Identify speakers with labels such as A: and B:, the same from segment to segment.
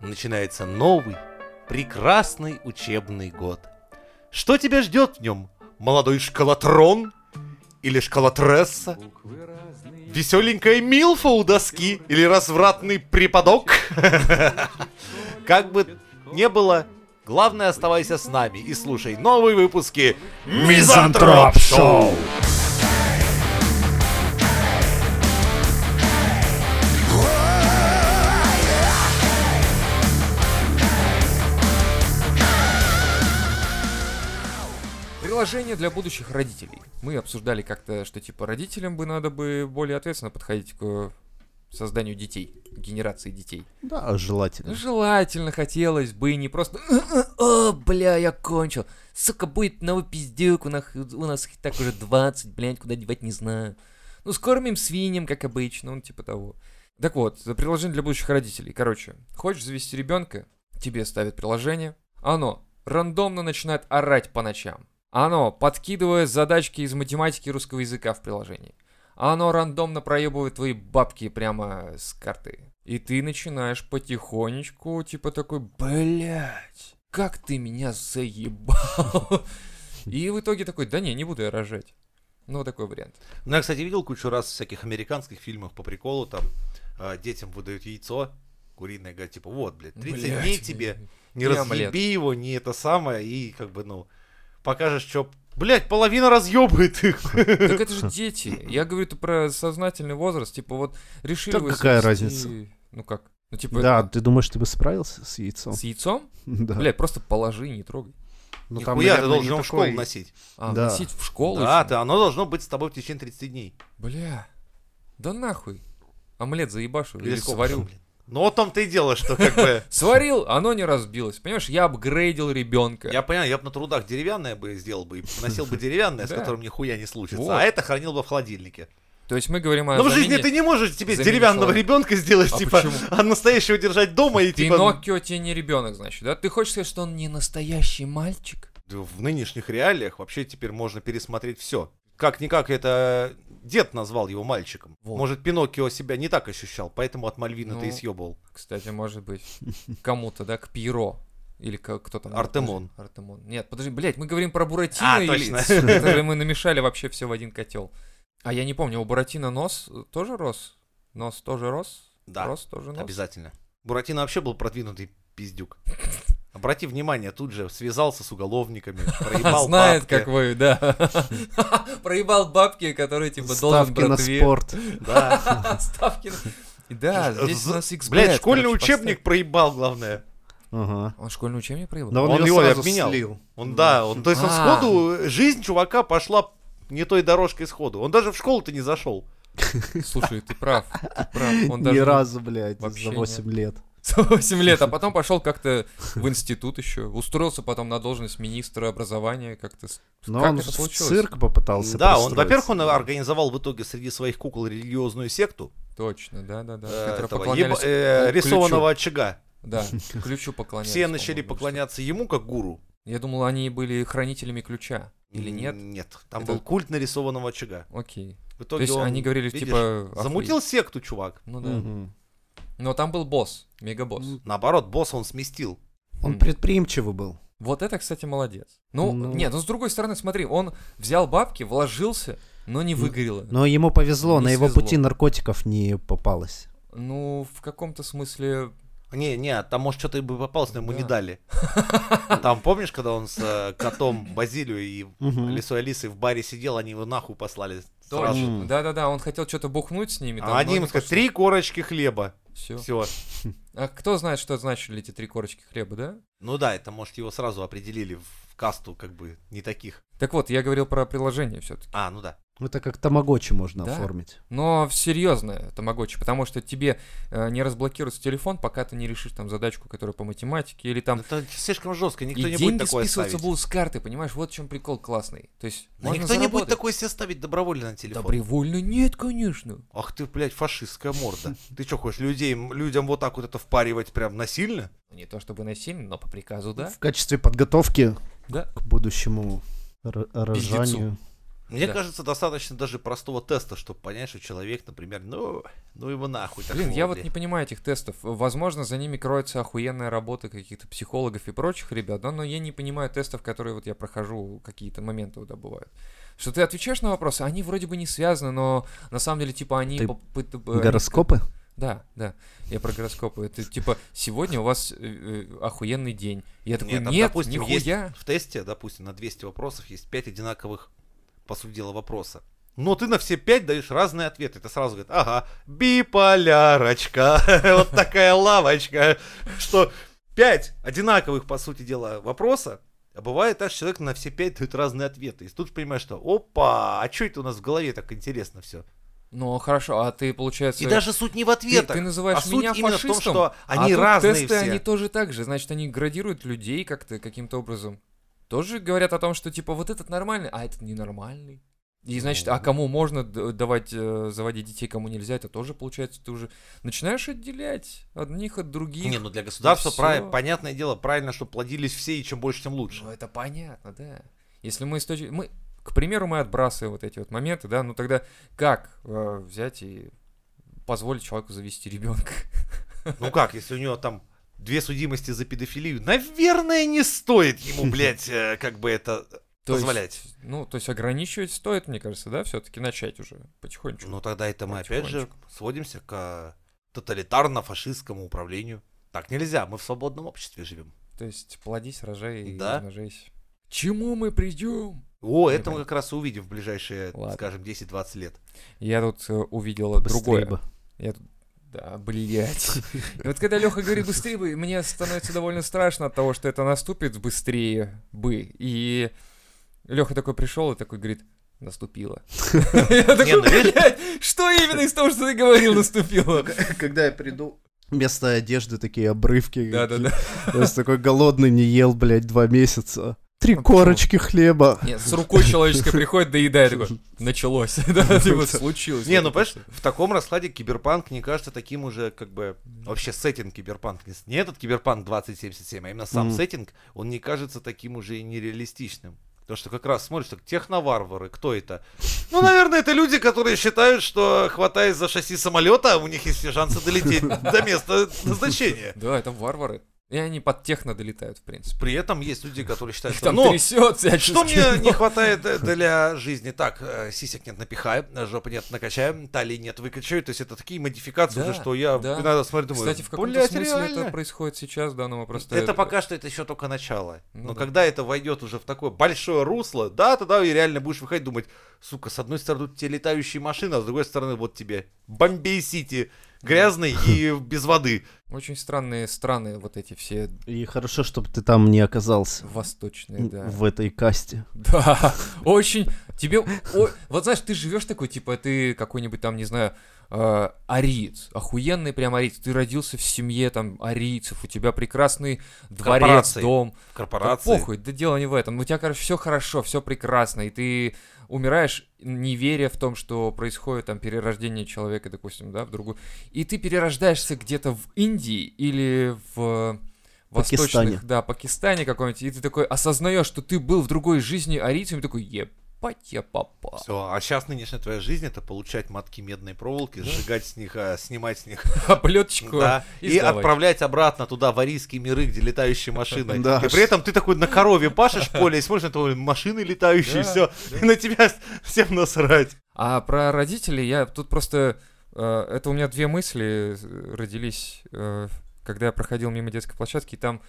A: начинается новый, прекрасный учебный год. Что тебя ждет в нем? Молодой школотрон? Или школотресса? Веселенькая милфа у доски? Или развратный преподок? Как бы не было, главное оставайся с нами и слушай новые выпуски
B: Мизантроп Шоу!
C: Приложение для будущих родителей. Мы обсуждали как-то, что типа родителям бы надо бы более ответственно подходить к э, созданию детей, к генерации детей.
B: Да, желательно.
C: Желательно хотелось бы не просто «О, бля, я кончил, сука, будет новый пиздюк, у нас, у нас и так уже 20, блядь, куда девать не знаю». Ну, скормим свиньям, как обычно, он типа того. Так вот, за приложение для будущих родителей. Короче, хочешь завести ребенка, тебе ставят приложение, оно рандомно начинает орать по ночам. Оно подкидывает задачки из математики и русского языка в приложении. Оно рандомно проебывает твои бабки прямо с карты. И ты начинаешь потихонечку, типа такой, блять, как ты меня заебал. И в итоге такой, да не, не буду я рожать. Ну, вот такой вариант.
A: Ну, я, кстати, видел кучу раз всяких американских фильмов по приколу, там э, детям выдают яйцо куриное, говорят, типа, вот, блядь, 30
C: Блядь, ну
A: дней
C: блядь.
A: тебе, не
C: И омлет.
A: разъеби его, не это самое, и как бы, ну, покажешь, что... Блядь, половина разъебывает их.
C: Так это же дети. Я говорю то про сознательный возраст. Типа вот решили
B: Да
C: вы
B: какая
C: завести- Ну как? Ну типа
B: Да, ты думаешь, ты бы справился с яйцом?
C: с яйцом?
B: Да.
C: Бля, просто положи, не трогай.
B: ну
A: Нихуя ты
B: наверное,
A: должен
B: не
A: в школу
B: такой-
A: носить.
C: А,
B: Да.
C: носить в школу?
A: Да,
C: ещё?
A: ты- оно должно быть с тобой в течение 30 дней.
C: Бля, да нахуй. Омлет заебашу или
A: сколько там,
C: сварил.
A: блин. Ну, вот там ты и дело, что как бы...
C: Сварил, оно не разбилось. Понимаешь, я апгрейдил ребенка.
A: Я понял, я бы на трудах деревянное бы сделал бы и носил бы деревянное, с
C: Да.
A: которым нихуя не случится,
C: Вот. А
A: а это хранил бы в холодильнике.
C: То есть мы говорим о
A: Но в жизни
C: замене-
A: ты не можешь тебе
C: замене
A: деревянного
C: человека.
A: ребенка сделать,
C: А
A: типа,
C: почему?
A: а настоящего держать дома и типа.
C: Пиноккио тебе не ребенок, значит, да? Ты хочешь сказать, что он не настоящий мальчик?
A: Да В нынешних реалиях вообще теперь можно пересмотреть все. Как-никак это дед назвал его мальчиком.
C: Вот.
A: Может, Пиноккио себя не так ощущал, поэтому от Мальвина ты и
C: Ну,
A: съебал.
C: Кстати, может быть, кому-то, да, к Пьеро. Или ко- кто там?
A: Артемон.
C: Подожди, Артемон. Нет, подожди, блядь, мы говорим про Буратино
A: А,
C: или...
A: точно.
C: Которые мы намешали вообще все в один котел. А я не помню, у Буратино нос э, тоже рос? Нос тоже рос?
A: Да,
C: Рос тоже нос?
A: обязательно. Буратино вообще был продвинутый пиздюк. Обрати внимание, тут же связался с уголовниками, проебал
C: Знает,
A: бабки.
C: как вы, да. Проебал бабки, которые типа должен
B: Ставки на
C: Бродвей.
B: спорт.
A: Да.
C: Ставки на... Да,
A: Э,
C: здесь у
A: з-
C: нас X,
A: Блядь, школьный учебник проебал, главное.
B: Ага.
C: Он школьный учебник проебал?
B: Да Ну, он,
A: Он
B: ее
A: его и
B: сразу
A: обменял.
B: слил.
A: Он, да, он, то есть он
C: А.
A: сходу, жизнь чувака пошла не той дорожкой сходу. Он даже в школу-то не зашел.
C: Слушай, ты прав, ты прав. Он
B: Ни
C: даже
B: разу, блядь,
C: Вообще
B: за 8 лет.
C: за 8 лет, а потом пошел как-то в институт еще. Устроился потом на должность министра образования как-то. с-
B: Но
C: Как
B: он
C: это
B: в
C: получилось?
B: цирк попытался
A: Да, он,
B: пристроиться.
A: во-первых, он организовал в итоге среди своих кукол религиозную секту
C: Точно, да-да-да.
A: э,
C: которые
A: этого,
C: поклонялись
A: еб- э,
C: к- ключу.
A: рисованного очага.
C: Да, к ключу поклонялись.
A: Все начали
C: по-моему,
A: поклоняться ему как гуру.
C: что-то. Я думал, они были хранителями ключа. Или
A: М,
C: нет?
A: Нет, там
C: Это-
A: был культ нарисованного очага.
C: Окей.
A: В
C: То
A: итоге
C: есть
A: он,
C: они говорили,
A: видишь,
C: типа... охуеть.
A: замутил секту, чувак.
C: Ну да.
B: Мгм. Ну.
C: Но там был босс, мегабосс.
B: М.
A: Наоборот, босса он сместил.
B: Он
C: М.
B: предприимчивый был.
C: Вот это, кстати, молодец. Ну,
B: Ну.
C: нет, ну с другой стороны, смотри, он взял бабки, вложился, но не
B: Ну,
C: выгорело.
B: Но ему повезло,
C: Не
B: на его
C: свезло.
B: пути наркотиков не попалось.
C: Ну, в каком-то смысле...
A: Не, не, там, может, что-то и бы попалось, но ему не
C: Да.
A: дали. А Там, помнишь, когда он с э, котом Базилио и
B: Мгм.
A: Лисой Алисой в баре сидел, они его нахуй послали сразу.
B: Точно.
C: Точно. Да-да-да, он хотел что-то бухнуть с ними.
A: А они ему сказали, три корочки хлеба.
C: Все.
A: Все.
C: А кто знает, что значили эти три корочки хлеба, да?
A: Ну да, это, может, его сразу определили в касту, как бы, не таких.
C: Так вот, я говорил про приложение все-таки.
A: А, ну да.
B: Это как тамагочи можно
C: Да.
B: оформить.
C: Но серьезное тамагочи, потому что тебе э, не разблокируется телефон, пока ты не решишь там задачку, которая по математике, или там...
A: Это слишком жестко, никто
C: и
A: не будет
C: деньги
A: такое
C: списываются
A: ставить.
C: будут с карты, понимаешь? Вот в чем прикол классный. То есть
A: Да
C: можно
A: никто не будет
C: заработать.
A: такое себе ставить добровольно на телефон.
C: Добровольно? Нет, конечно.
A: Ах ты, блядь, фашистская морда. Ты что, хочешь людей, людям вот так вот это впаривать прям насильно?
C: Ну, Не то чтобы насильно, но по приказу, да.
B: В качестве подготовки
C: Да.
B: к будущему р- рожанию.
A: Мне
C: Да.
A: кажется, достаточно даже простого теста, чтобы понять, что человек, например, ну, ну его нахуй.
C: Блин,
A: такого,
C: я вот
A: блин.
C: не понимаю этих тестов. Возможно, за ними кроется охуенная работа каких-то психологов и прочих ребят, да, но я не понимаю тестов, которые вот я прохожу, какие-то моменты вот, да, бывают. Что ты отвечаешь на вопросы, они вроде бы не связаны, но на самом деле, типа, они...
B: Ты
C: попыт- э, они-
B: Гороскопы?
C: Да, да, я про гороскопы. Это типа, сегодня у вас э, э, охуенный день. Я такой,
A: Нет,
C: нет,
A: там, допустим, есть
C: нихуя.
A: в тесте, допустим, на 200 вопросов есть 5 одинаковых, по сути дела, вопроса. Но ты на все пять даешь разные ответы. Ты сразу говорит, ага, биполярочка, вот такая лавочка, что пять одинаковых, по сути дела, вопроса, а бывает так, что человек на все пять дает разные ответы. И тут же понимаешь, что опа, а что это у нас в голове так интересно все?
C: Ну, хорошо, а ты, получается...
A: И даже суть не в
C: Ты,
A: ответах.
C: ты называешь
A: а суть
C: меня
A: именно в
C: фашистом,
A: том, что
C: а
A: они
C: тут
A: разные
C: тесты,
A: все.
C: они тоже так же, значит, они градируют людей как-то, каким-то образом. Тоже говорят о том, что, типа, вот этот нормальный, а этот ненормальный.
A: Ну
C: И, значит, а кому можно д- давать, э, заводить детей, кому нельзя, это тоже, получается, ты уже начинаешь отделять одних от других.
A: Не, ну для государства,
C: всё.
A: прав- понятное дело, правильно, что плодились все, и чем больше, тем лучше.
C: Ну, это понятно, да. Если мы с точки- Мы, к примеру, мы отбрасываем вот эти вот моменты, да, ну тогда как э, взять и позволить человеку завести ребенка?
A: Ну как, если у него там две судимости за педофилию, наверное, не стоит ему, блядь, э, как бы это позволять.
C: Есть, ну, то есть ограничивать стоит, мне кажется, да, все-таки начать уже потихонечку.
A: Ну тогда это мы опять же
C: Потихонечку.
A: сводимся к э, тоталитарно-фашистскому управлению. Так нельзя, мы в свободном обществе живем.
C: То есть плодись, рожай и
A: Да.
C: размножайся. К Чему мы придем?
A: О,
C: Не
A: это мы
C: понятно.
A: как раз и увидим в ближайшие,
C: Ладно.
A: скажем, 10-20 лет.
C: Я тут э, увидел другое.
B: Быстрее бы.
C: Я тут- Да, блять. Вот когда Леха говорит быстрее бы, мне становится довольно страшно от того, что это наступит быстрее бы. И Леха такой пришел и такой говорит, наступило. Я такой,
A: ну видишь-
C: блядь, что именно из того, что ты говорил, наступило?
B: Когда я приду... Вместо одежды такие обрывки.
C: Да-да-да.
B: какие-то. Я с такой голодный не ел, блядь, два месяца. Три
C: Ну, почему?
B: корочки хлеба.
C: Нет, с рукой человеческой приходит, доедает, такой, началось. Да, типа, случилось.
A: Не, ну понимаешь, в таком раскладе киберпанк не кажется таким уже, как бы, вообще сеттинг киберпанк. не с- Не этот киберпанк 2077, а именно сам
B: Мгм.
A: сеттинг, он не кажется таким уже и нереалистичным. Потому что как раз смотришь, так техноварвары, кто это? Ну, наверное, это люди, которые считают, что хватаясь за шасси самолета, у них есть все шансы долететь до места назначения.
C: Да, это варвары. И они под техно долетают, в принципе.
A: При этом есть люди, которые считают,
C: Их
A: что...
C: там
A: «Ну,
C: трясет
A: Что
C: всячески,
A: мне
C: но-
A: не хватает э, для жизни? Так, э, сисек нет, напихаем, э, жопы нет, накачаем, талии нет, выкачаю. То есть это такие модификации
C: Да,
A: уже, что я
C: да.
A: иногда смотрю, думаю,
C: Кстати, в каком-то
A: «Блядь,
C: смысле это
A: реально?»
C: происходит сейчас, да, но мы просто...
A: Это пока что это еще только начало.
C: Ну
A: Но
C: да.
A: когда это войдет уже в такое большое русло, да, тогда и реально будешь выходить думать, сука, с одной стороны тут тебе летающие машины, а с другой стороны вот тебе Бомбей-Сити, грязный и без воды.
C: Очень странные страны вот эти все
B: И хорошо, чтобы ты там не оказался.
C: восточные, да.
B: В этой касте.
C: Да, очень. Тебе... о- Вот знаешь, ты живешь такой, типа, ты какой-нибудь там, не знаю, э, ариец, охуенный прям ариец. Ты родился в семье там арийцев, у тебя прекрасный дворец,
A: Корпорации.
C: дом.
A: В
C: Да
A: корпорации.
C: похуй, да дело не в этом. У тебя, короче, все хорошо, все прекрасно, и ты умираешь, не веря в том, что происходит там перерождение человека, допустим, да, в другую. И ты перерождаешься где-то в Индии или в э, восточных,
B: Пакистане.
C: да, Пакистане каком-нибудь, и ты такой осознаешь, что ты был в другой жизни арийцем, и такой, ебать я попал.
A: Все, а сейчас нынешняя твоя жизнь это получать матки медной проволоки, сжигать с них, э, снимать с них
C: Оплеточку.
A: Да,
C: и
A: и
C: сдавать.
A: отправлять обратно туда, в арийские миры, где летающие машины.
B: Да
A: И
B: уж.
A: при этом ты такой на корове пашешь поле, и смотришь на твои машины летающие,
C: Да,
A: все. И на тебя с- всем насрать.
C: А про родителей я тут просто... э, Это у меня две мысли э, родились, э, когда я проходил мимо детской площадки, и там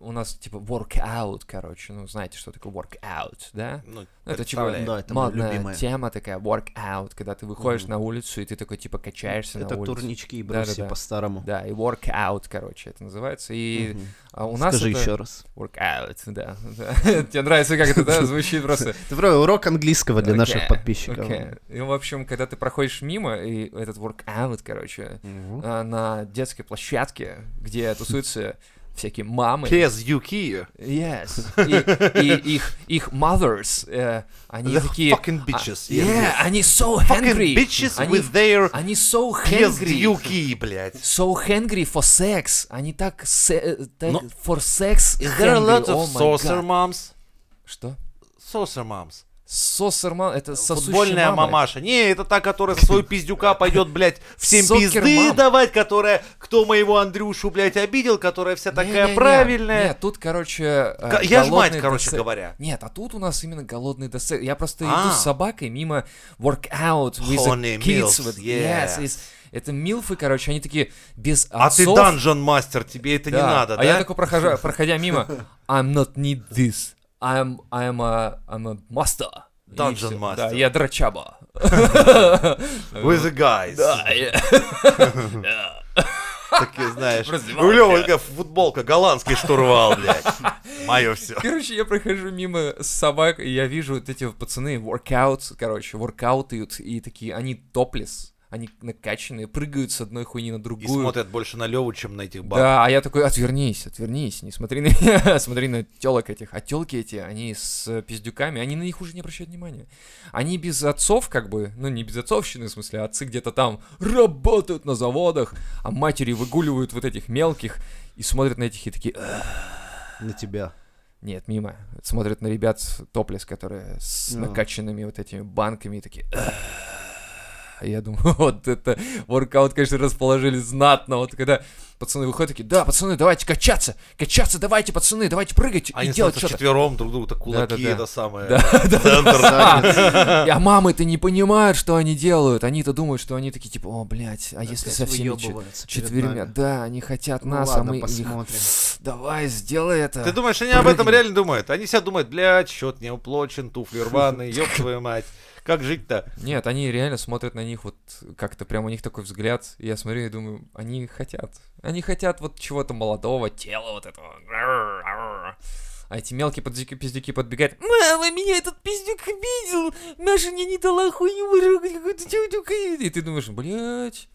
C: у нас типа workout, короче, ну знаете, что такое workout, да?
A: Ну,
C: Ну, это типа
A: представляю.
B: Да, это моё
C: модная
B: любимое.
C: тема такая, workout, когда ты выходишь
B: Мгм.
C: на улицу, и ты такой типа качаешься
B: Это
C: на улице.
B: турнички и
C: Да-да-да.
B: бруси по-старому.
C: Да, и workout, короче, это называется. И
B: Мгм.
C: а, у нас
B: Скажи
C: это
B: еще раз.
C: workout, да. Тебе нравится, как это да, звучит просто.
B: Это вроде урок английского для наших
C: Окей,
B: подписчиков.
C: окей. И, в общем, когда ты проходишь мимо, и этот workout, короче,
B: Мгм.
C: а, на детской площадке, где тусуются всякие мамы.
A: Без юки.
C: Yes. И, и их, их mothers, э, они
A: The
C: такие...
A: fucking
C: а,
A: bitches.
C: yeah,
A: Yes, yes.
C: они so
A: Fucking
C: hungry.
A: bitches
C: они,
A: with their
C: они so
A: без
C: hungry.
A: юки, блядь.
C: So hungry for sex. Они так... се- э, так
A: Но-
C: For sex
A: Is there a lot
C: hungry. Oh
A: of
C: my
A: saucer
C: God.
A: moms?
C: Что?
A: Saucer moms.
C: Сосерман, это сосущая
A: Футбольная
C: мама.
A: мамаша. Не, это та, которая со своего пиздюка пойдет, блядь, всем
C: Сокер
A: пизды
C: мама.
A: давать, которая, кто моего Андрюшу, блядь, обидел, которая вся такая
C: Не-не-не.
A: правильная.
C: Нет, тут, короче... э,
A: Г- Я ж мать,
C: голодный
A: короче
C: десерт.
A: говоря.
C: Нет, а тут у нас именно голодный десерт. Я просто
A: А.
C: иду с собакой мимо workout with the
A: Honey
C: kids.
A: Milfs,
C: вот,
A: yeah.
C: yes, is- Это милфы, короче, они такие без отцов.
A: А ты данжен мастер, тебе это не
C: Да.
A: надо,
C: А я
A: да?
C: такой, прохожу, проходя мимо, I'm not need this. I'm, I'm, a, I'm a master. И
A: Dungeon
C: всё.
A: master.
C: Да, я драчаба.
A: With the guys.
C: Да, я-
A: Такие, знаешь.
C: Раздевалка.
A: У Лёвы такая футболка, голландский штурвал, блядь. Мое все.
C: Короче, я прохожу мимо собак, и я вижу вот эти вот пацаны workout, короче, воркаутают, и такие, они топлес, они накачанные, прыгают с одной хуйни на
A: И
C: другую.
A: смотрят больше на Леву, чем на этих баб.
C: Да, а я такой, отвернись, отвернись, не смотри на меня, смотри на телок этих. А телки эти, они с э, пиздюками, они на них уже не обращают внимания. Они без отцов, как бы, ну не без отцовщины, в смысле, а отцы где-то там работают на заводах, а матери выгуливают вот этих мелких и смотрят на этих и такие, «Э,
B: на тебя.
C: нет, мимо. Смотрят на ребят с топлес, которые с
B: А.
C: накачанными вот этими банками и такие... «Ах». И Я думаю, вот это воркаут, конечно, расположили знатно. Вот когда пацаны выходят, такие, да, пацаны, давайте качаться, качаться, давайте, пацаны, давайте прыгать
A: Они
C: и делать
A: становятся
C: что-то.
A: четвером друг другу, так кулаки,
C: Да-да-да.
A: это самое.
C: Да,
A: Центр.
C: А мамы-то не понимают, что они делают. Они-то думают, что они такие, типа, о, блядь, а если со всеми чет- четверьмя? Да, они хотят нас, а мы их...
B: Ну посмотрим.
C: Давай, сделай это.
A: Ты думаешь, они об этом
C: Прыгни.
A: реально думают? Они себя думают, блядь, счет не уплочен, туфли рваные, ёб твою мать. Как жить-то?
C: Нет, они реально смотрят на них вот как-то прям у них такой взгляд. И я смотрю и думаю, они хотят. Они хотят вот чего-то молодого, тела вот этого. А эти мелкие подзюки- пиздюки подбегают. Мама, меня этот пиздюк обидел! Маша мне не дала хуйню выругать какую-то тетюку». И ты думаешь, блядь,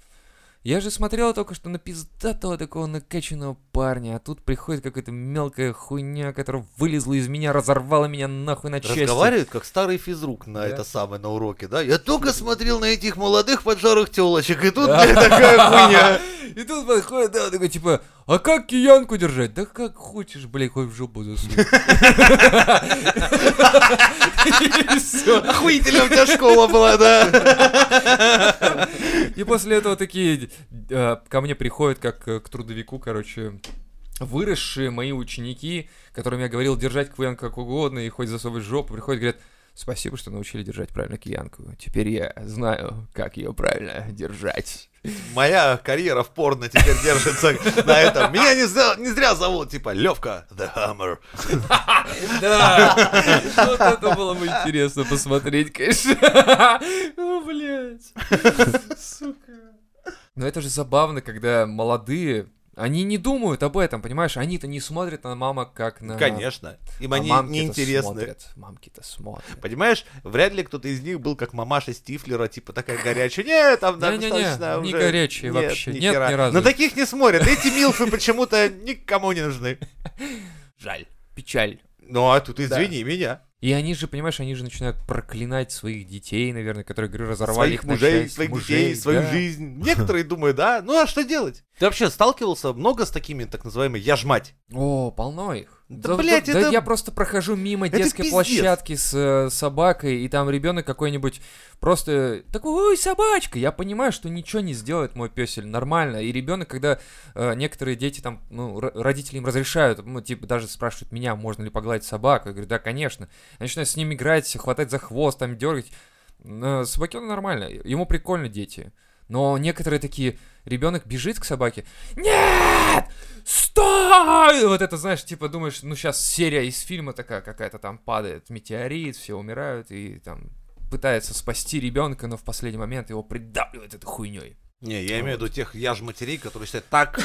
C: я же смотрел только что на пиздатого такого накачанного парня, а тут приходит какая-то мелкая хуйня, которая вылезла из меня, разорвала меня нахуй на части.
A: Разговаривают, как старый физрук на
C: Да.
A: это самое, на уроке, да? Я только смотрел на этих молодых поджарых телочек, и тут блядь, такая хуйня.
C: И тут подходит, да, такой, типа, а как киянку держать? Да как хочешь, блядь, хоть в жопу засунь. И всё.
A: Охуительно у тебя школа была, да?
C: И после этого такие э, ко мне приходят, как э, к трудовику, короче, выросшие мои ученики, которым я говорил держать квен как угодно и хоть засовывать в жопу, приходят, говорят, спасибо, что научили держать правильно киянку. Теперь я знаю, как ее правильно держать.
A: Моя карьера в порно теперь держится на этом. Меня не зря, не зря зовут, типа, Левка The Hammer.
C: Да! Вот это было бы интересно посмотреть, конечно. О, блядь. Сука. Но это же забавно, когда молодые, они не думают об этом, понимаешь? Они-то не смотрят на мамок как на...
A: Конечно. Им
C: а
A: они
C: мамки-то
A: неинтересны.
C: смотрят, Мамки-то смотрят.
A: Понимаешь, вряд ли кто-то из них был как мамаша Стифлера, типа такая горячая. Нет, там да,
C: Не-не-не,
A: достаточно
C: не
A: уже.
C: горячие вообще. Нет,
A: хера.
C: ни разу.
A: На таких не смотрят. Эти милфы почему-то никому не нужны.
C: Жаль. Печаль.
A: Ну, а тут извини меня.
C: И они же, понимаешь, они же начинают проклинать своих детей, наверное, которые, говорю, разорвали
A: своих
C: их на
A: мужей,
C: части,
A: своих
C: мужей,
A: детей, свою
C: да.
A: жизнь. Некоторые думают, да, ну а что делать? Ты вообще сталкивался много с такими так называемыми «я ж мать»?
C: О, полно их.
A: Да, блядь, это-
C: я просто прохожу мимо
A: это
C: детской
A: пиздец.
C: площадки с э, собакой, и там ребенок какой-нибудь просто такой, ой, собачка. Я понимаю, что ничего не сделает мой песель, нормально. И ребенок, когда э, некоторые дети там, ну, р- родители им разрешают, ну, типа, даже спрашивают меня, можно ли погладить собаку. Я говорю, да, конечно. Я начинаю с ним играть, хватать за хвост, там, дергать. Э, Собаке он нормально, ему прикольно дети. Но некоторые такие, ребенок бежит к собаке, нет, стой! Вот это, знаешь, типа думаешь, ну сейчас серия из фильма такая какая-то там падает, метеорит, все умирают и там пытается спасти ребенка, но в последний момент его придавливает этой хуйней.
A: Не, я имею в виду тех «я ж матерей», которые считают так.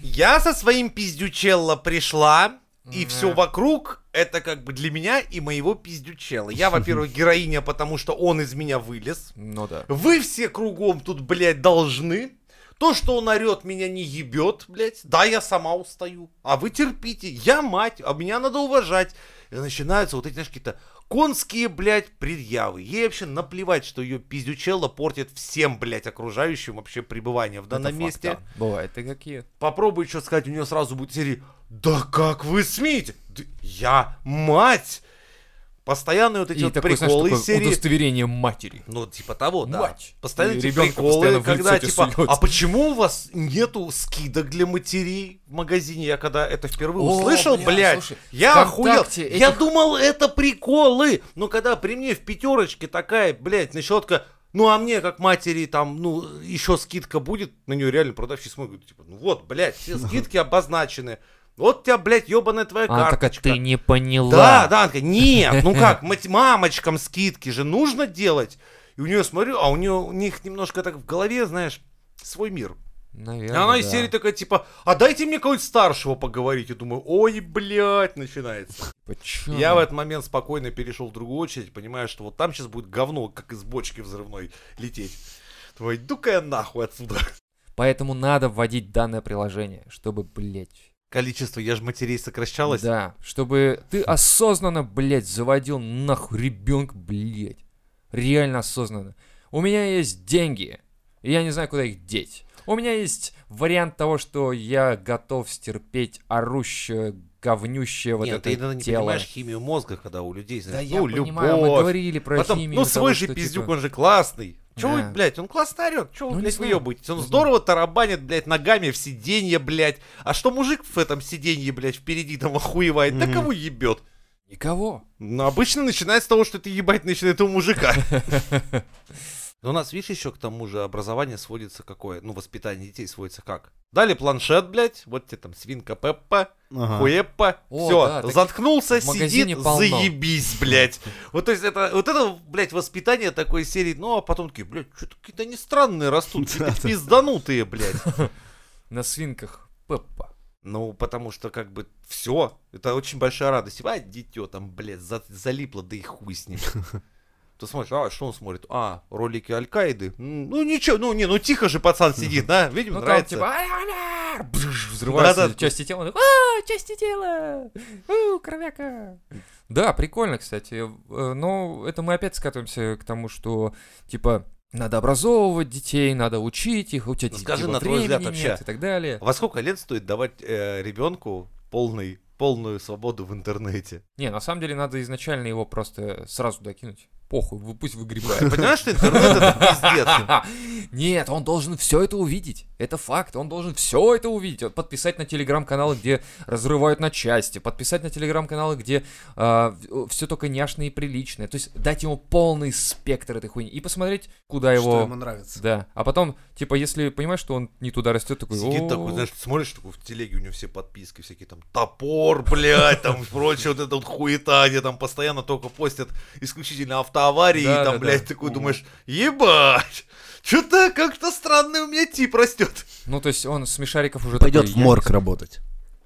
A: Я со своим пиздючелло пришла, и
C: Да.
A: все вокруг это как бы для меня и моего пиздючелла. Я, во-первых, героиня, потому что он из меня вылез.
C: Ну да.
A: Вы все кругом тут, блядь, должны. То, что он орет, меня не ебет, блядь. Да, я сама устаю. А вы терпите. Я мать, а меня надо уважать. И начинаются вот эти, знаешь, какие-то конские, блядь, предъявы. Ей вообще наплевать, что ее пиздючелло портит всем, блядь, окружающим вообще пребывание в данном
C: Это факт,
A: месте.
C: да. Бывает и какие.
A: Попробуй что сказать, у нее сразу будет серии «Да как вы смеете? Да я мать!» Постоянные вот эти
C: И
A: вот
C: такой, знаешь,
A: приколы
C: такое
A: из серии.
C: удостоверение матери.
A: Ну, типа того, да.
C: Мать.
A: Постоянно
C: И
A: эти
C: ребёнка
A: приколы,
C: постоянно в
A: когда
C: лицо тебе
A: типа,
C: суёт.
A: а почему у вас нету скидок для матерей в магазине? Я когда это впервые
C: О,
A: услышал,
C: бля,
A: блядь,
C: слушай,
A: я охуел.
C: ВКонтакте
A: Я
C: этих-
A: думал, это приколы. Но когда при мне в пятерочке такая, блядь, нащетка, ну а мне, как матери, там, ну, еще скидка будет, на нее реально продавщик смотрит, говорит, типа, ну вот, блядь, все скидки обозначены. Вот у тебя, блядь, ебаная твоя
C: А, так а
A: карточка.
C: ты не поняла.
A: Да, да, она такая, нет, ну как, мать- мамочкам скидки же нужно делать. И у нее смотрю, а у нее у них немножко так в голове, знаешь, свой мир. И
C: Наверное,
A: она из
C: да.
A: серии такая, типа, а дайте мне кого-нибудь старшего поговорить. Я думаю, ой, блядь, начинается.
C: Почему?
A: Я в этот момент спокойно перешел в другую очередь, понимая, что вот там сейчас будет говно, как из бочки взрывной, лететь. Твой, иду-ка я нахуй отсюда.
C: Поэтому надо вводить данное приложение, чтобы, блядь...
A: Количество, я же матерей сокращалось.
C: Да, чтобы ты осознанно, блядь, заводил нахуй ребенка, блядь. Реально осознанно. У меня есть деньги, и я не знаю, куда их деть. У меня есть вариант того, что я готов стерпеть орущее, говнющее вот
A: Нет,
C: это
A: ты иногда не
C: тело.
A: понимаешь химию мозга, когда у людей,
C: да
A: знаешь,
C: я
A: ну,
C: понимаю, мы
A: любовь,
C: говорили про
A: Потом,
C: химию.
A: ну
C: того,
A: свой же
C: что,
A: пиздюк,
C: типа,
A: он же классный. Чего
C: Да.
A: вы, блядь, он классно орет, чего вы,
C: Ну, не
A: блядь,
C: знаю.
A: выебаетесь? Он
C: Не
A: здорово тарабанит, блядь, ногами в сиденье, блядь. А что мужик в этом сиденье, блядь, впереди там охуевает, да
B: Мгм.
A: кого ебет?
C: Никого.
A: Ну, обычно начинается с того, что ты ебать начинает у мужика. Но у нас, видишь, еще к тому же образование сводится какое? Ну, воспитание детей сводится как? Дали планшет, блядь, вот тебе там свинка Пеппа,
B: Ага.
A: Хуеппа,
C: О,
A: все,
C: да, так
A: заткнулся,
C: в магазине
A: сидит,
C: полно.
A: заебись, блядь. Вот, то есть, это, вот это, блядь, воспитание такой серии, ну, а потом такие, блядь, что-то какие-то они странные растут, какие-то пизданутые, блядь.
C: На свинках Пеппа.
A: Ну, потому что, как бы, все, это очень большая радость. А, дитё там, блядь, за- залипло, да и хуй с ним. Ты смотришь, а, что он смотрит? А, ролики Аль-Каиды. М, Ну, ничего, ну, не, ну, тихо же пацан сидит, да, видимо,
C: Ну там
A: нравится.
C: типа «Ай-ай-ай!» бжж, взрываются
A: Да-да.
C: части тела, он такой, а части тела, у, кровяка. Да, прикольно, кстати. Э, Но это мы опять скатываемся к тому, что типа надо образовывать детей, надо учить их, у тебя
A: Ну,
C: ди-
A: скажи,
C: типа,
A: на твой взгляд,
C: времени
A: вообще,
C: нет и так далее.
A: Во сколько лет стоит давать э, ребенку полный, полную свободу в интернете?
C: Не, на самом деле надо изначально его просто сразу докинуть. Похуй, вы- пусть
A: Ты
C: выгребает.
A: понимаешь, что интернет это пиздец?
C: Нет, он должен все это увидеть. Это факт. Он должен все это увидеть. Вот Подписать на телеграм-каналы, где разрывают на части. Подписать на телеграм-каналы, где все только няшное и приличное. То есть дать ему полный спектр этой хуйни. И посмотреть, куда
B: Что
C: его...
B: ему нравится.
C: Да. А потом, типа, если понимаешь, что он не туда растет, такой...
A: Сидит такой,
C: «О,
A: знаешь, смотришь, такой в телеге у него все подписки всякие, там, топор, блядь, там, прочее, вот это вот хуета, где там постоянно только постят исключительно автоаварии,
C: Да,
A: и там,
C: да,
A: блядь,
C: да.
A: такой думаешь, ебать, что-то как-то странный у меня тип растет.
C: Ну, то есть он смешариков уже
B: Пойдет
C: такой,
B: в
C: «Я не
B: морг работать.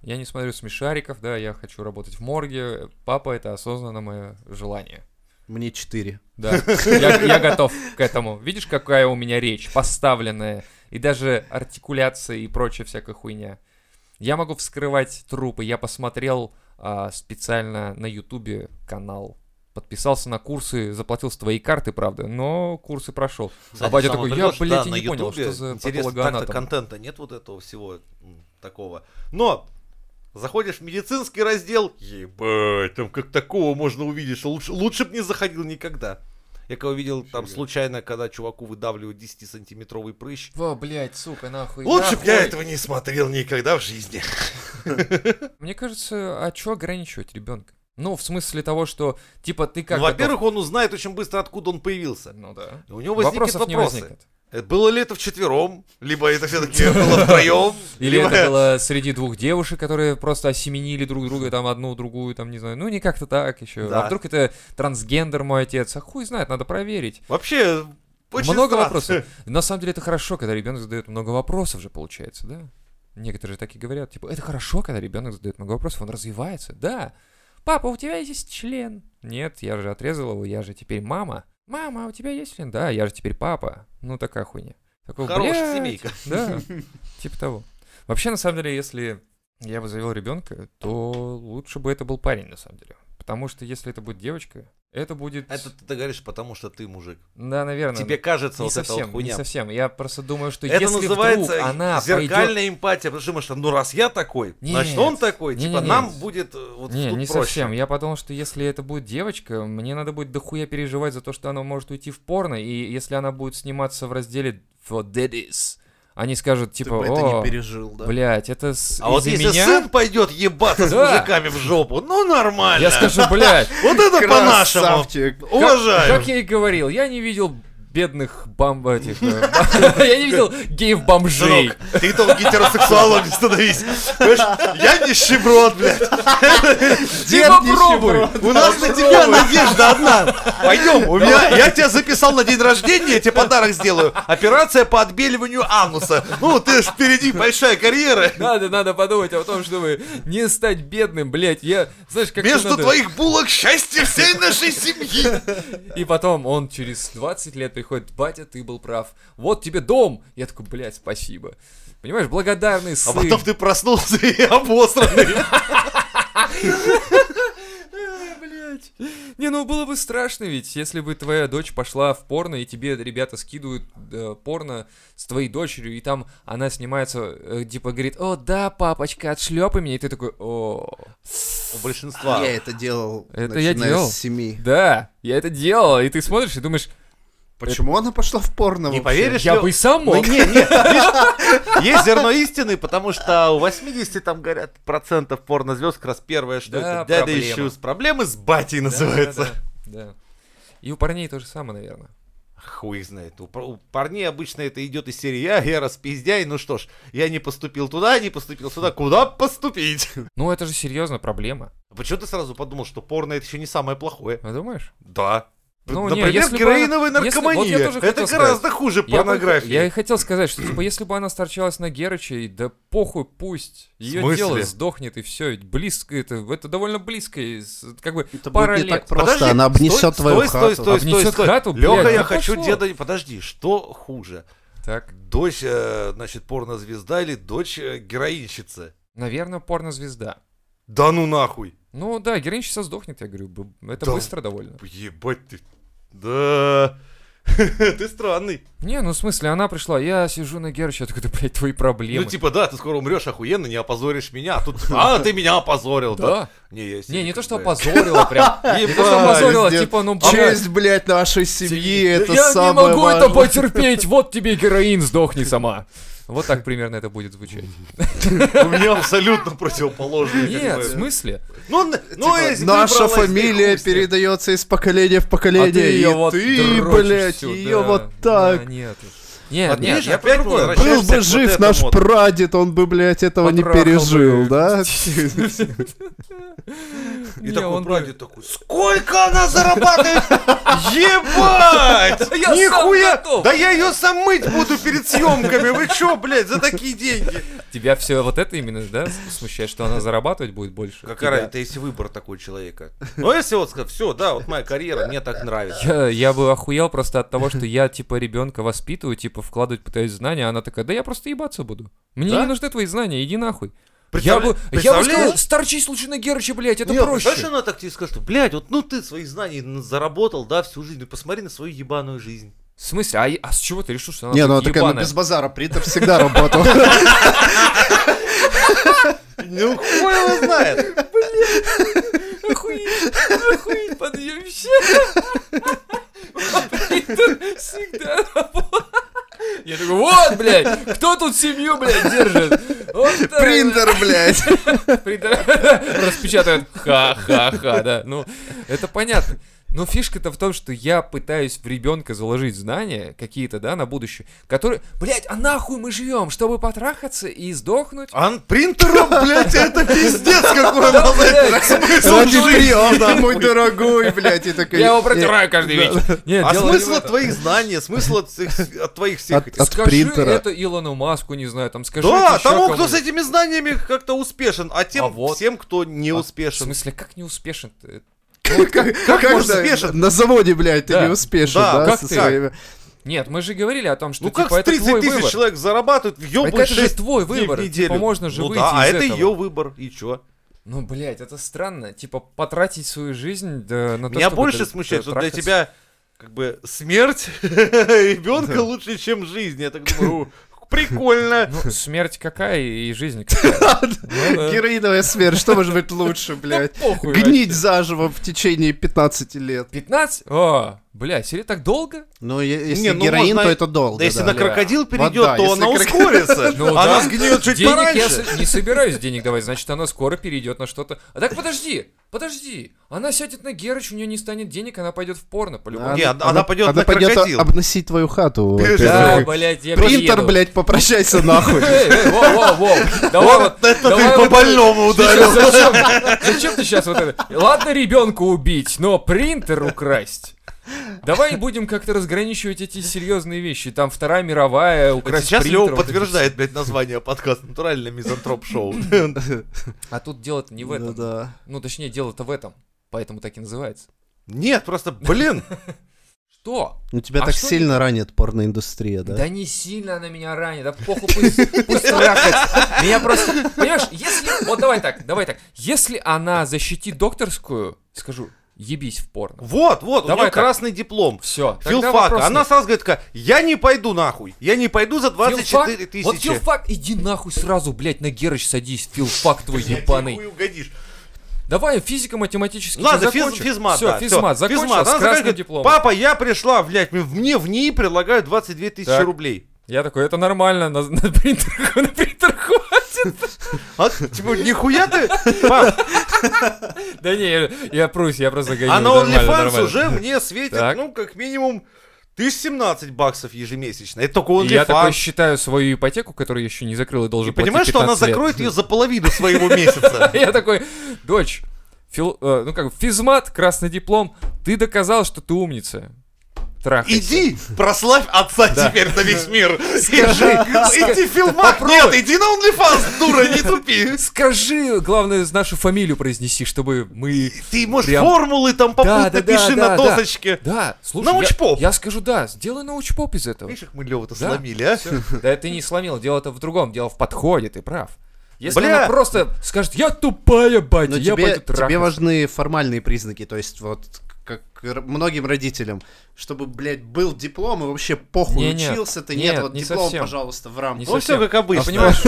C: Я не смотрю смешариков, да, я хочу работать в морге. Папа, это осознанно мое желание.
B: Мне четыре.
C: Да, я, я готов к этому. Видишь, какая у меня речь поставленная, и даже артикуляция и прочая всякая хуйня. Я могу вскрывать трупы. Я посмотрел а, специально на Ютубе канал. Подписался на курсы, заплатил с твоей карты, правда, но курсы прошел. а батя такой, я, блядь, и не понял, что за
A: так-то
C: патологоанатом.
A: контента нет вот этого всего м, такого. Но заходишь в медицинский раздел, ебать, там как такого можно увидеть, что лучше, лучше бы не заходил никогда. Я кого видел там случайно, когда чуваку выдавливают 10-сантиметровый прыщ.
C: Во, блядь, сука, нахуй.
A: Лучше бы
C: нахуй.
A: я этого не смотрел никогда в жизни.
C: Мне кажется, а чё ограничивать ребенка? Ну, в смысле того, что, типа, ты как
A: Ну,
C: готов-
A: Во-первых, он узнает очень быстро, откуда он появился.
C: Ну да.
A: И У него возникнет
C: Вопросов не
A: вопросы.
C: возникнет.
A: Э, Было ли это вчетвером, либо это все-таки было втроем,
C: Или
A: либо-
C: это было среди двух девушек, которые просто осеменили друг друга, там, одну, другую, там, не знаю, ну, не как-то так еще.
A: Да.
C: А вдруг это трансгендер мой отец? А хуй знает, надо проверить.
A: Вообще, очень
C: много
A: странно.
C: вопросов. На самом деле это хорошо, когда ребенок задает много вопросов же, получается, да? Некоторые же так и говорят, типа, это хорошо, когда ребенок задает много вопросов, он развивается, да. Папа, у тебя есть член? Нет, я же отрезал его, я же теперь мама. Мама, а у тебя есть член? Да, я же теперь папа. Ну, такая хуйня. Такой,
A: Хорошая
C: «Блядь».
A: семейка.
C: Да, типа того. Вообще, на самом деле, если я бы завел ребенка, то лучше бы это был парень, на самом деле. Потому что если это будет девочка, Это будет...
A: Это ты говоришь, потому что ты мужик.
C: Да, наверное.
A: Тебе кажется
C: не
A: вот эта
C: совсем,
A: вот хуйня.
C: не совсем. Я просто думаю, что
A: Это
C: если
A: называется
C: вдруг она
A: зеркальная
C: пойдет...
A: эмпатия, потому что думаешь, что, ну раз я такой, значит
C: Нет.
A: он такой,
C: Не,
A: типа
C: не, не.
A: нам будет э, вот
C: Не,
A: тут
C: не
A: проще.
C: совсем. Я подумал, что если это будет девочка, мне надо будет дохуя переживать за то, что она может уйти в порно, и если она будет сниматься в разделе for daddies, они скажут
B: Ты
C: типа,
B: бы
C: о,
B: это не пережил, да?
C: блядь, это с...
A: А вот
C: из-за
A: если
C: меня?
A: сын пойдет ебаться с
C: Да.
A: мужиками в жопу, ну нормально.
C: Я скажу, блядь,
A: Вот это по-нашему.
B: Красавчик.
A: Уважаю.
C: Как я и говорил, я не видел бедных бам... этих... э, ба- Я не видел геев-бомжей.
A: Сынок, ты только гетеросексуалом не становись. Понимаешь, Я нищеброд, блядь.
C: Ты попробуй!
A: У нас на тебя надежда одна. Пойдем, у меня, я тебя записал на день рождения, я тебе подарок сделаю. Операция по отбеливанию ануса. Ну, ты ж впереди большая карьера.
C: Надо, надо подумать о том, чтобы не стать бедным, блядь. Я, знаешь, как
A: Между
C: надо-
A: твоих булок счастье всей нашей семьи.
C: И потом он через 20 лет приходит, батя, ты был прав. Вот тебе дом. Я такой, блядь, спасибо. Понимаешь, благодарный
A: А
C: сын.
A: потом ты проснулся и обосранный.
C: Э, блядь. Не, ну было бы страшно ведь, если бы твоя дочь пошла в порно, и тебе ребята скидывают э, порно с твоей дочерью, и там она снимается, э, типа говорит, о, да, папочка, отшлепай меня, и ты такой, о,
A: У большинства.
B: Я это делал,
C: Это я
B: начиная
C: делал.
B: с семи.
C: да, я это делал, и ты смотришь и думаешь,
B: Почему она пошла в порно
A: Не
B: вообще?
A: поверишь,
C: я
A: Лё-
C: бы и сам
A: Ну,
C: мог.
A: не, не, видишь, есть зерно истины, потому что у 80 там, говорят, процентов порнозвезд как раз первое, что
C: Да,
A: это дядя
C: проблема.
A: ищу с проблемы с батей называется.
C: Да, да, да. И у парней то же самое, наверное.
A: Хуй знает. У, пар- у парней обычно это идет из серии «Я, я распиздяй, ну что ж, я не поступил туда, не поступил сюда, куда поступить?»
C: Ну это же серьезно проблема.
A: А Почему ты сразу подумал, что порно это еще не самое плохое?
C: А думаешь?
A: Да.
C: Ну, не,
A: Например,
C: если бы
A: героиновая
C: она- если- вот я
A: наркомания.
C: тоже хотел
A: это
C: сказать.
A: гораздо хуже
C: Я бы-
A: порнографии.
C: Я и хотел сказать, что типа, если бы она сторчалась на Герыче, и да похуй, пусть. Ее
A: смысле?
C: тело сдохнет, и все. Близко это, это довольно близко. и с- как бы
B: Это
C: пара
B: будет не
C: лет.
B: так просто,
A: Подожди,
B: она обнесет
A: стой,
B: твою
A: стой,
B: хату.
A: Стой, стой, стой,
C: Обнесет
A: стой.
C: хату,
A: Леха,
C: блядь,
A: я
C: ну
A: хочу
C: пошло.
A: деда... Подожди, что хуже?
C: Так.
A: Дочь, э, значит, порнозвезда или дочь э, героинщица?
C: Наверное, порнозвезда.
A: Да ну нахуй.
C: Ну да, героинщица сдохнет, я говорю. б- Это
A: Да.
C: быстро довольно.
A: Ебать ты. Да. Ты странный.
C: Не, ну в смысле, она пришла, я сижу на Герыче, я такой, да, блядь, твои проблемы.
A: Ну типа да, ты скоро умрешь, охуенно, не опозоришь меня. А тут, а ты меня опозорил, да?
C: да. Типа,
A: Не, я себе
C: Не, не то, что
A: представляю.
C: опозорила прям. Не то, что
A: Ебать,
C: опозорила,
B: пиздец.
C: типа, ну, блядь,
B: Честь, блядь, нашей семьи, это
C: я не
B: самое
C: могу
B: важное.
C: это потерпеть, вот тебе героин, сдохни сама. Вот так примерно это будет звучать.
A: У меня абсолютно противоположный.
C: Нет, в смысле? А
A: Ну, н- ну,
B: Типа,
A: если
B: Наша
A: выбралась, ты
B: фамилия
A: хуй с ним.
B: передается из поколения в поколение,
C: А ты
B: и
C: ее вот
B: ты,
C: дрочишь
B: блядь,
C: всю,
B: ее
C: да.
B: вот
C: Да,
B: так.
C: Нет. уж. Нет,
A: Вот
C: нет,
A: видишь,
C: я
A: опять
C: про другое.
A: мы
B: Был
A: Возвращаешься
B: бы
A: к
B: жив
A: вот
B: наш
A: этому.
B: прадед, он бы, блядь, этого не
C: Потрахал бы.
B: пережил, да?
A: И
C: Не,
A: такой
C: он
A: прадед такой, сколько она зарабатывает? Ебать!
C: Да я сам
A: Нихуя!
C: готов!»
A: Да я ее сам мыть буду перед съемками. Вы чё, блядь, за такие деньги?
C: Тебя все вот это именно, да, с- смущает, что она зарабатывать будет больше?
A: Какая
C: Тебя.
A: разница, если выбор такой человека. Ну, если вот сказать, все, да, вот моя карьера, мне так нравится.
C: Я, я бы охуел просто от того, что я, типа, ребенка воспитываю, типа, вкладывать пытаюсь знания, а она такая, да я просто ебаться буду. Мне
A: Да?
C: не нужны твои знания, иди нахуй. Я
A: Представля-
C: бы, я бы
A: представляешь?
C: сказал, старчись лучше на Герыче, блядь, это
A: Не,
B: ну
A: представляешь, ну
C: проще.
A: она так тебе скажет, что, блядь, вот ну ты своих знаний н- заработал, да, всю жизнь, ну посмотри на свою ебаную жизнь.
C: В смысле? А, е- а с чего ты решил, что она
B: Не, ну
C: так
B: она такая, ну
C: ебаная?
B: без базара, Притер всегда работал.
A: Ну, хуй его знает.
C: Охуеть, охуеть, подъемщик. Тут всегда работа. Я такой, вот, блядь, кто тут семью, блядь, держит? Вот так,
A: Э,
B: Принтер, блядь.
C: блядь, принтер. Распечатают, ха-ха-ха, да. Ну, это понятно. Но фишка-то в том, что я пытаюсь в ребенка заложить знания какие-то, да, на будущее, которые, блядь, а нахуй мы живем, чтобы потрахаться и сдохнуть?
B: А,
A: Ан принтером, блядь, это пиздец какой он
C: Блядь,
B: Ради приема, мой дорогой, блядь, и такой...
C: я его протираю каждый
B: Да.
C: вечер. Нет,
A: А
C: дело не
A: смысл
C: в
A: от
C: этом.
A: твоих знаний, смысл от, всех- от твоих всех
B: От-
A: этих...
B: от
C: Скажи
B: принтера.
C: это Илону Маску, не знаю, там скажи. это
A: Да,
C: ещё
A: тому, кто
C: кому-нибудь.
A: с этими знаниями как-то успешен, а тем
C: А вот.
A: всем, кто не
C: А, В
A: успешен.
C: смысле, как не успешен? ты?
B: «Э, Как
A: можно
B: можно
A: успешен?
B: На заводе, блядь, ты
C: Да.
B: не успешен,
A: Да,
B: да?
C: как
B: со
C: ты?
B: своими-
C: Нет, мы же говорили о том, что
A: Ну
C: типа,
A: как с
C: это
A: 30
C: твой
A: тысяч
C: выбор.
A: человек зарабатывают,
C: Так
A: ёбают
C: это же
A: 6
C: твой
A: дней
C: выбор.
A: в неделю.
C: Типа, можно же
A: ну
C: выйти
A: да, а
C: из
A: это
C: этого.
A: ее выбор, и чё?
C: Ну, блядь, это странно. Типа, потратить свою жизнь да, на то,
A: Меня
C: чтобы э,
A: больше
C: тр-
A: смущает, что для
C: трахаться.
A: тебя как бы смерть ребенка
C: Да.
A: лучше, чем жизнь. Я так думаю, «О, прикольно.
C: Ну, смерть какая и жизнь какая. Ну
A: Э.
C: да.
B: Героиновая смерть, что может быть лучше,
C: Да
B: блядь?
C: похуй вообще.
B: Гнить заживо в течение 15 лет.
C: 15? О, бля, серии так долго?
B: Ну, е- если
A: Не, ну,
B: героин,
A: можно-
B: то это долго,
A: Да если
B: да.
A: на
C: Да.
A: крокодил
B: да,
A: перейдет, то
B: если
A: она
B: крок-
A: ускорится. Она сгниет чуть
C: Ну денег я
A: пораньше.
C: с- не собираюсь денег давать, значит, она скоро перейдет на что-то. А так подожди, подожди. Она сядет на Герыч, у нее не станет денег, она пойдет в порно, по-любому.
A: Не, она- она пойдет на
B: пойдет
A: крокодил.
B: обносить твою хату.
A: Перед-
B: во-первых.
A: Да,
B: Такой,
C: блядь, я
B: Принтер,
C: приеду».
B: блядь, попрощайся нахуй.
C: Эй, эй, воу, воу, воу. Давай вот
A: Вот это
C: давай
A: ты по
C: вот-
A: больному
C: Ты
A: ударил.
C: щас Зачем, зачем ты сейчас вот это? Ладно, ребенка убить, но принтер украсть. Давай будем как-то разграничивать эти серьезные вещи. Там Вторая мировая,
A: Вот
C: украсть
A: Сейчас
C: принтер,
A: Лео
C: вот эти
A: подтверждает, блядь, название подкаста «Натуральный мизантроп шоу».
C: все. А тут дело-то не в этом.
B: Ну да.
C: Ну, точнее, дело-то в этом. Поэтому так и называется.
A: Нет, просто, блин,
C: Что?
B: Ну тебя
C: А
B: так
C: что-
B: сильно ранит порноиндустрия,
C: Да?
B: да?
C: не сильно она меня ранит, да похуй пусть, пусть трахать. Меня просто, понимаешь, если, вот давай так, давай так, если она защитит докторскую, скажу, ебись в порно.
A: вот, вот, у
C: Давай
A: нее
C: так.
A: красный диплом.
C: Все.
A: Филфак, она сразу говорит такая, я не пойду нахуй, я не пойду за 24 тысячи.
C: Вот филфак, иди нахуй сразу, блядь, на Герыч садись, филфак твой
A: Я тебе
C: ебаный.
A: хуй угодишь.
C: Давай физико-математический
A: Ладно,
C: всё,
A: физ,
C: закончим.
A: физмат,
C: Все,
A: да,
C: физмат,
A: всё,
C: закончил,
A: физмат.
C: с
A: Она
C: красным
A: говорит,
C: дипломом.
A: Папа, я пришла, блядь, мне- мне в ней предлагают 22 тысячи
C: Так.
A: рублей.
C: Я такой, это нормально, на, на принтер, на принтер хватит.
A: А, типа, нихуя ты, пап,
C: Да не, я, я прусь, я просто говорю,
A: а на
C: нормально,
A: OnlyFans
C: нормально.
A: уже мне светит,
C: Так.
A: ну, как минимум, 1017 баксов ежемесячно. Это только
C: И Я такой
A: OnlyFans.
C: считаю свою ипотеку, которую я еще не закрыл и
A: И
C: должен платить
A: понимаешь, что она
C: 15 лет.
A: закроет ее за половину своего месяца.
C: Я такой, дочь, фил- э, ну как, физмат, красный диплом, ты доказал, что ты умница. Трахайся.
A: Иди, прославь отца теперь на весь мир. Скажи, иди филмак, нет,
C: Попробуй.
A: иди на OnlyFans, дура, не тупи.
C: Скажи, главное, нашу фамилию произнеси, чтобы мы...
A: Ты, может,
C: Прям-
A: формулы там попутно
C: Да, да, да,
A: пиши на
C: да, да.
A: досочке.
C: Да, слушай, я-
A: Научпоп.
C: Я, скажу да, сделай научпоп из этого.
A: Видишь, как мы Лёву-то
C: Да.
A: сломили, а?
C: Да это не сломил, дело-то в другом, дело в подходе, ты прав. Если
A: Бля.
C: она просто скажет, я тупая, батя,
B: Но
C: я
B: Ну, тебе,
C: пойду
B: тебе
C: трахаться».
B: важны формальные признаки, то есть вот как р- многим родителям, чтобы, блядь, был диплом и вообще похуй
C: Не, нет,
B: учился ты,
C: нет,
B: нет, вот
C: не
B: диплом,
C: совсем.
B: пожалуйста, в рамках.
C: Не
A: Ну, все
C: совсем.
A: как обычно.
C: А понимаешь,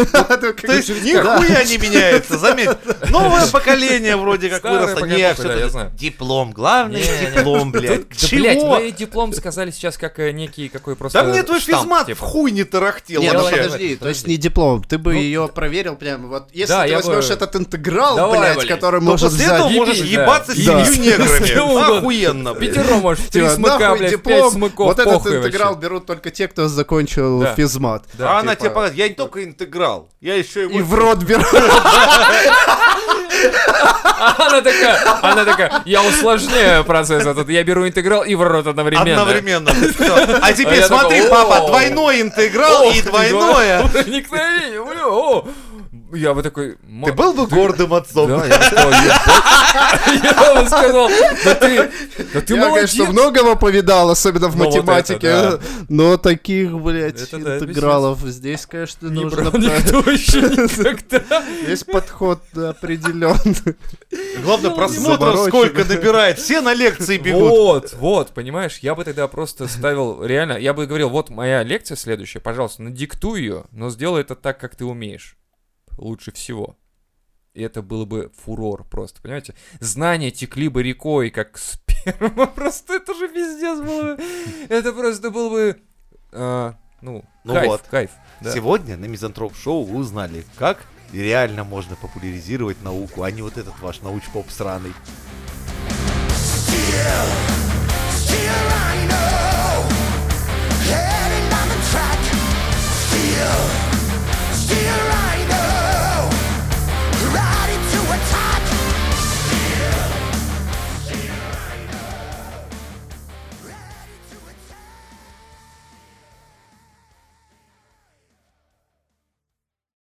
A: То есть,
C: Как?
A: нихуя не меняется, заметь. Новое поколение вроде как
C: Старое
A: выросло.
C: поколение,
A: Не,
C: да, я
A: все
C: знаю.
A: Диплом, главный
C: Не-не-не.
A: диплом, блядь.
C: Да, блядь,
A: Чего?
C: мы диплом сказали сейчас как э, некий какой просто
A: Да мне твой
C: штамп,
A: физмат в
C: типа.
A: хуй не тарахтел
B: Нет, ну
C: Давай,
A: вообще.
B: подожди,
C: давай,
B: то есть
C: подожди.
B: не диплом, ты бы
C: Ну,
B: ее проверил прямо вот, если
C: да,
B: ты
C: я бы-
B: возьмешь этот интеграл,
C: Давай,
B: блядь,
C: блядь.
B: который
A: Но
B: может
A: после этого
B: сзади,
C: ебись,
A: можешь
C: да.
A: ебаться с
B: Да.
A: семью
C: С кем
A: неграми.
C: угодно.
A: Охуенно, блядь.
C: Пятеро, может, три
B: типа,
C: смыка,
B: нахуй
C: блядь, пять
B: диплом,
C: смыков,
B: вот этот
C: похуй
B: интеграл
C: вообще.
B: берут только те, кто закончил
C: Да.
B: физмат.
A: А она
B: типа-
A: тебе показывает, я не только интеграл, я еще
B: И
A: его...
B: в рот берут.
C: Она такая, она такая, я усложняю процесс этот, я беру интеграл и в рот одновременно.
A: Одновременно. Всё. А теперь
C: я
A: смотри,
C: такой,
A: папа,
C: «О».
A: двойной интеграл и двойное.
C: Проникновение, бля, о. Я бы такой...
A: Ты был бы гордым отцом.
C: Да, я бы сказал, «Ебать». Я бы сказал, да ты, да ты
B: я, конечно,
C: молодец.
B: многого повидал, особенно в
C: Ну, вот это
B: математике.
C: да.
B: Но таких, блядь,
C: Это да, это
B: интегралов здесь, конечно,
C: Не
B: нужно...
C: брал никто еще никогда.
B: Здесь подход определенный.
A: Главное, просмотров
B: Заморочен.
A: сколько набирает. Все на лекции бегут.
C: Вот, вот, понимаешь, я бы тогда просто ставил, реально, я бы говорил, вот моя лекция следующая, пожалуйста, надиктуй ее, но сделай это так, как ты умеешь. Лучше всего. И это было бы фурор просто, понимаете? Знания текли бы рекой, как сперма. Просто это же пиздец было. бы. Это просто был бы... а, ну,
A: Ну
C: кайф,
A: вот.
C: кайф. да.
A: Сегодня на Мизантроп Шоу вы узнали, как реально можно популяризировать науку, а не вот этот ваш науч-поп сраный.
D: Dear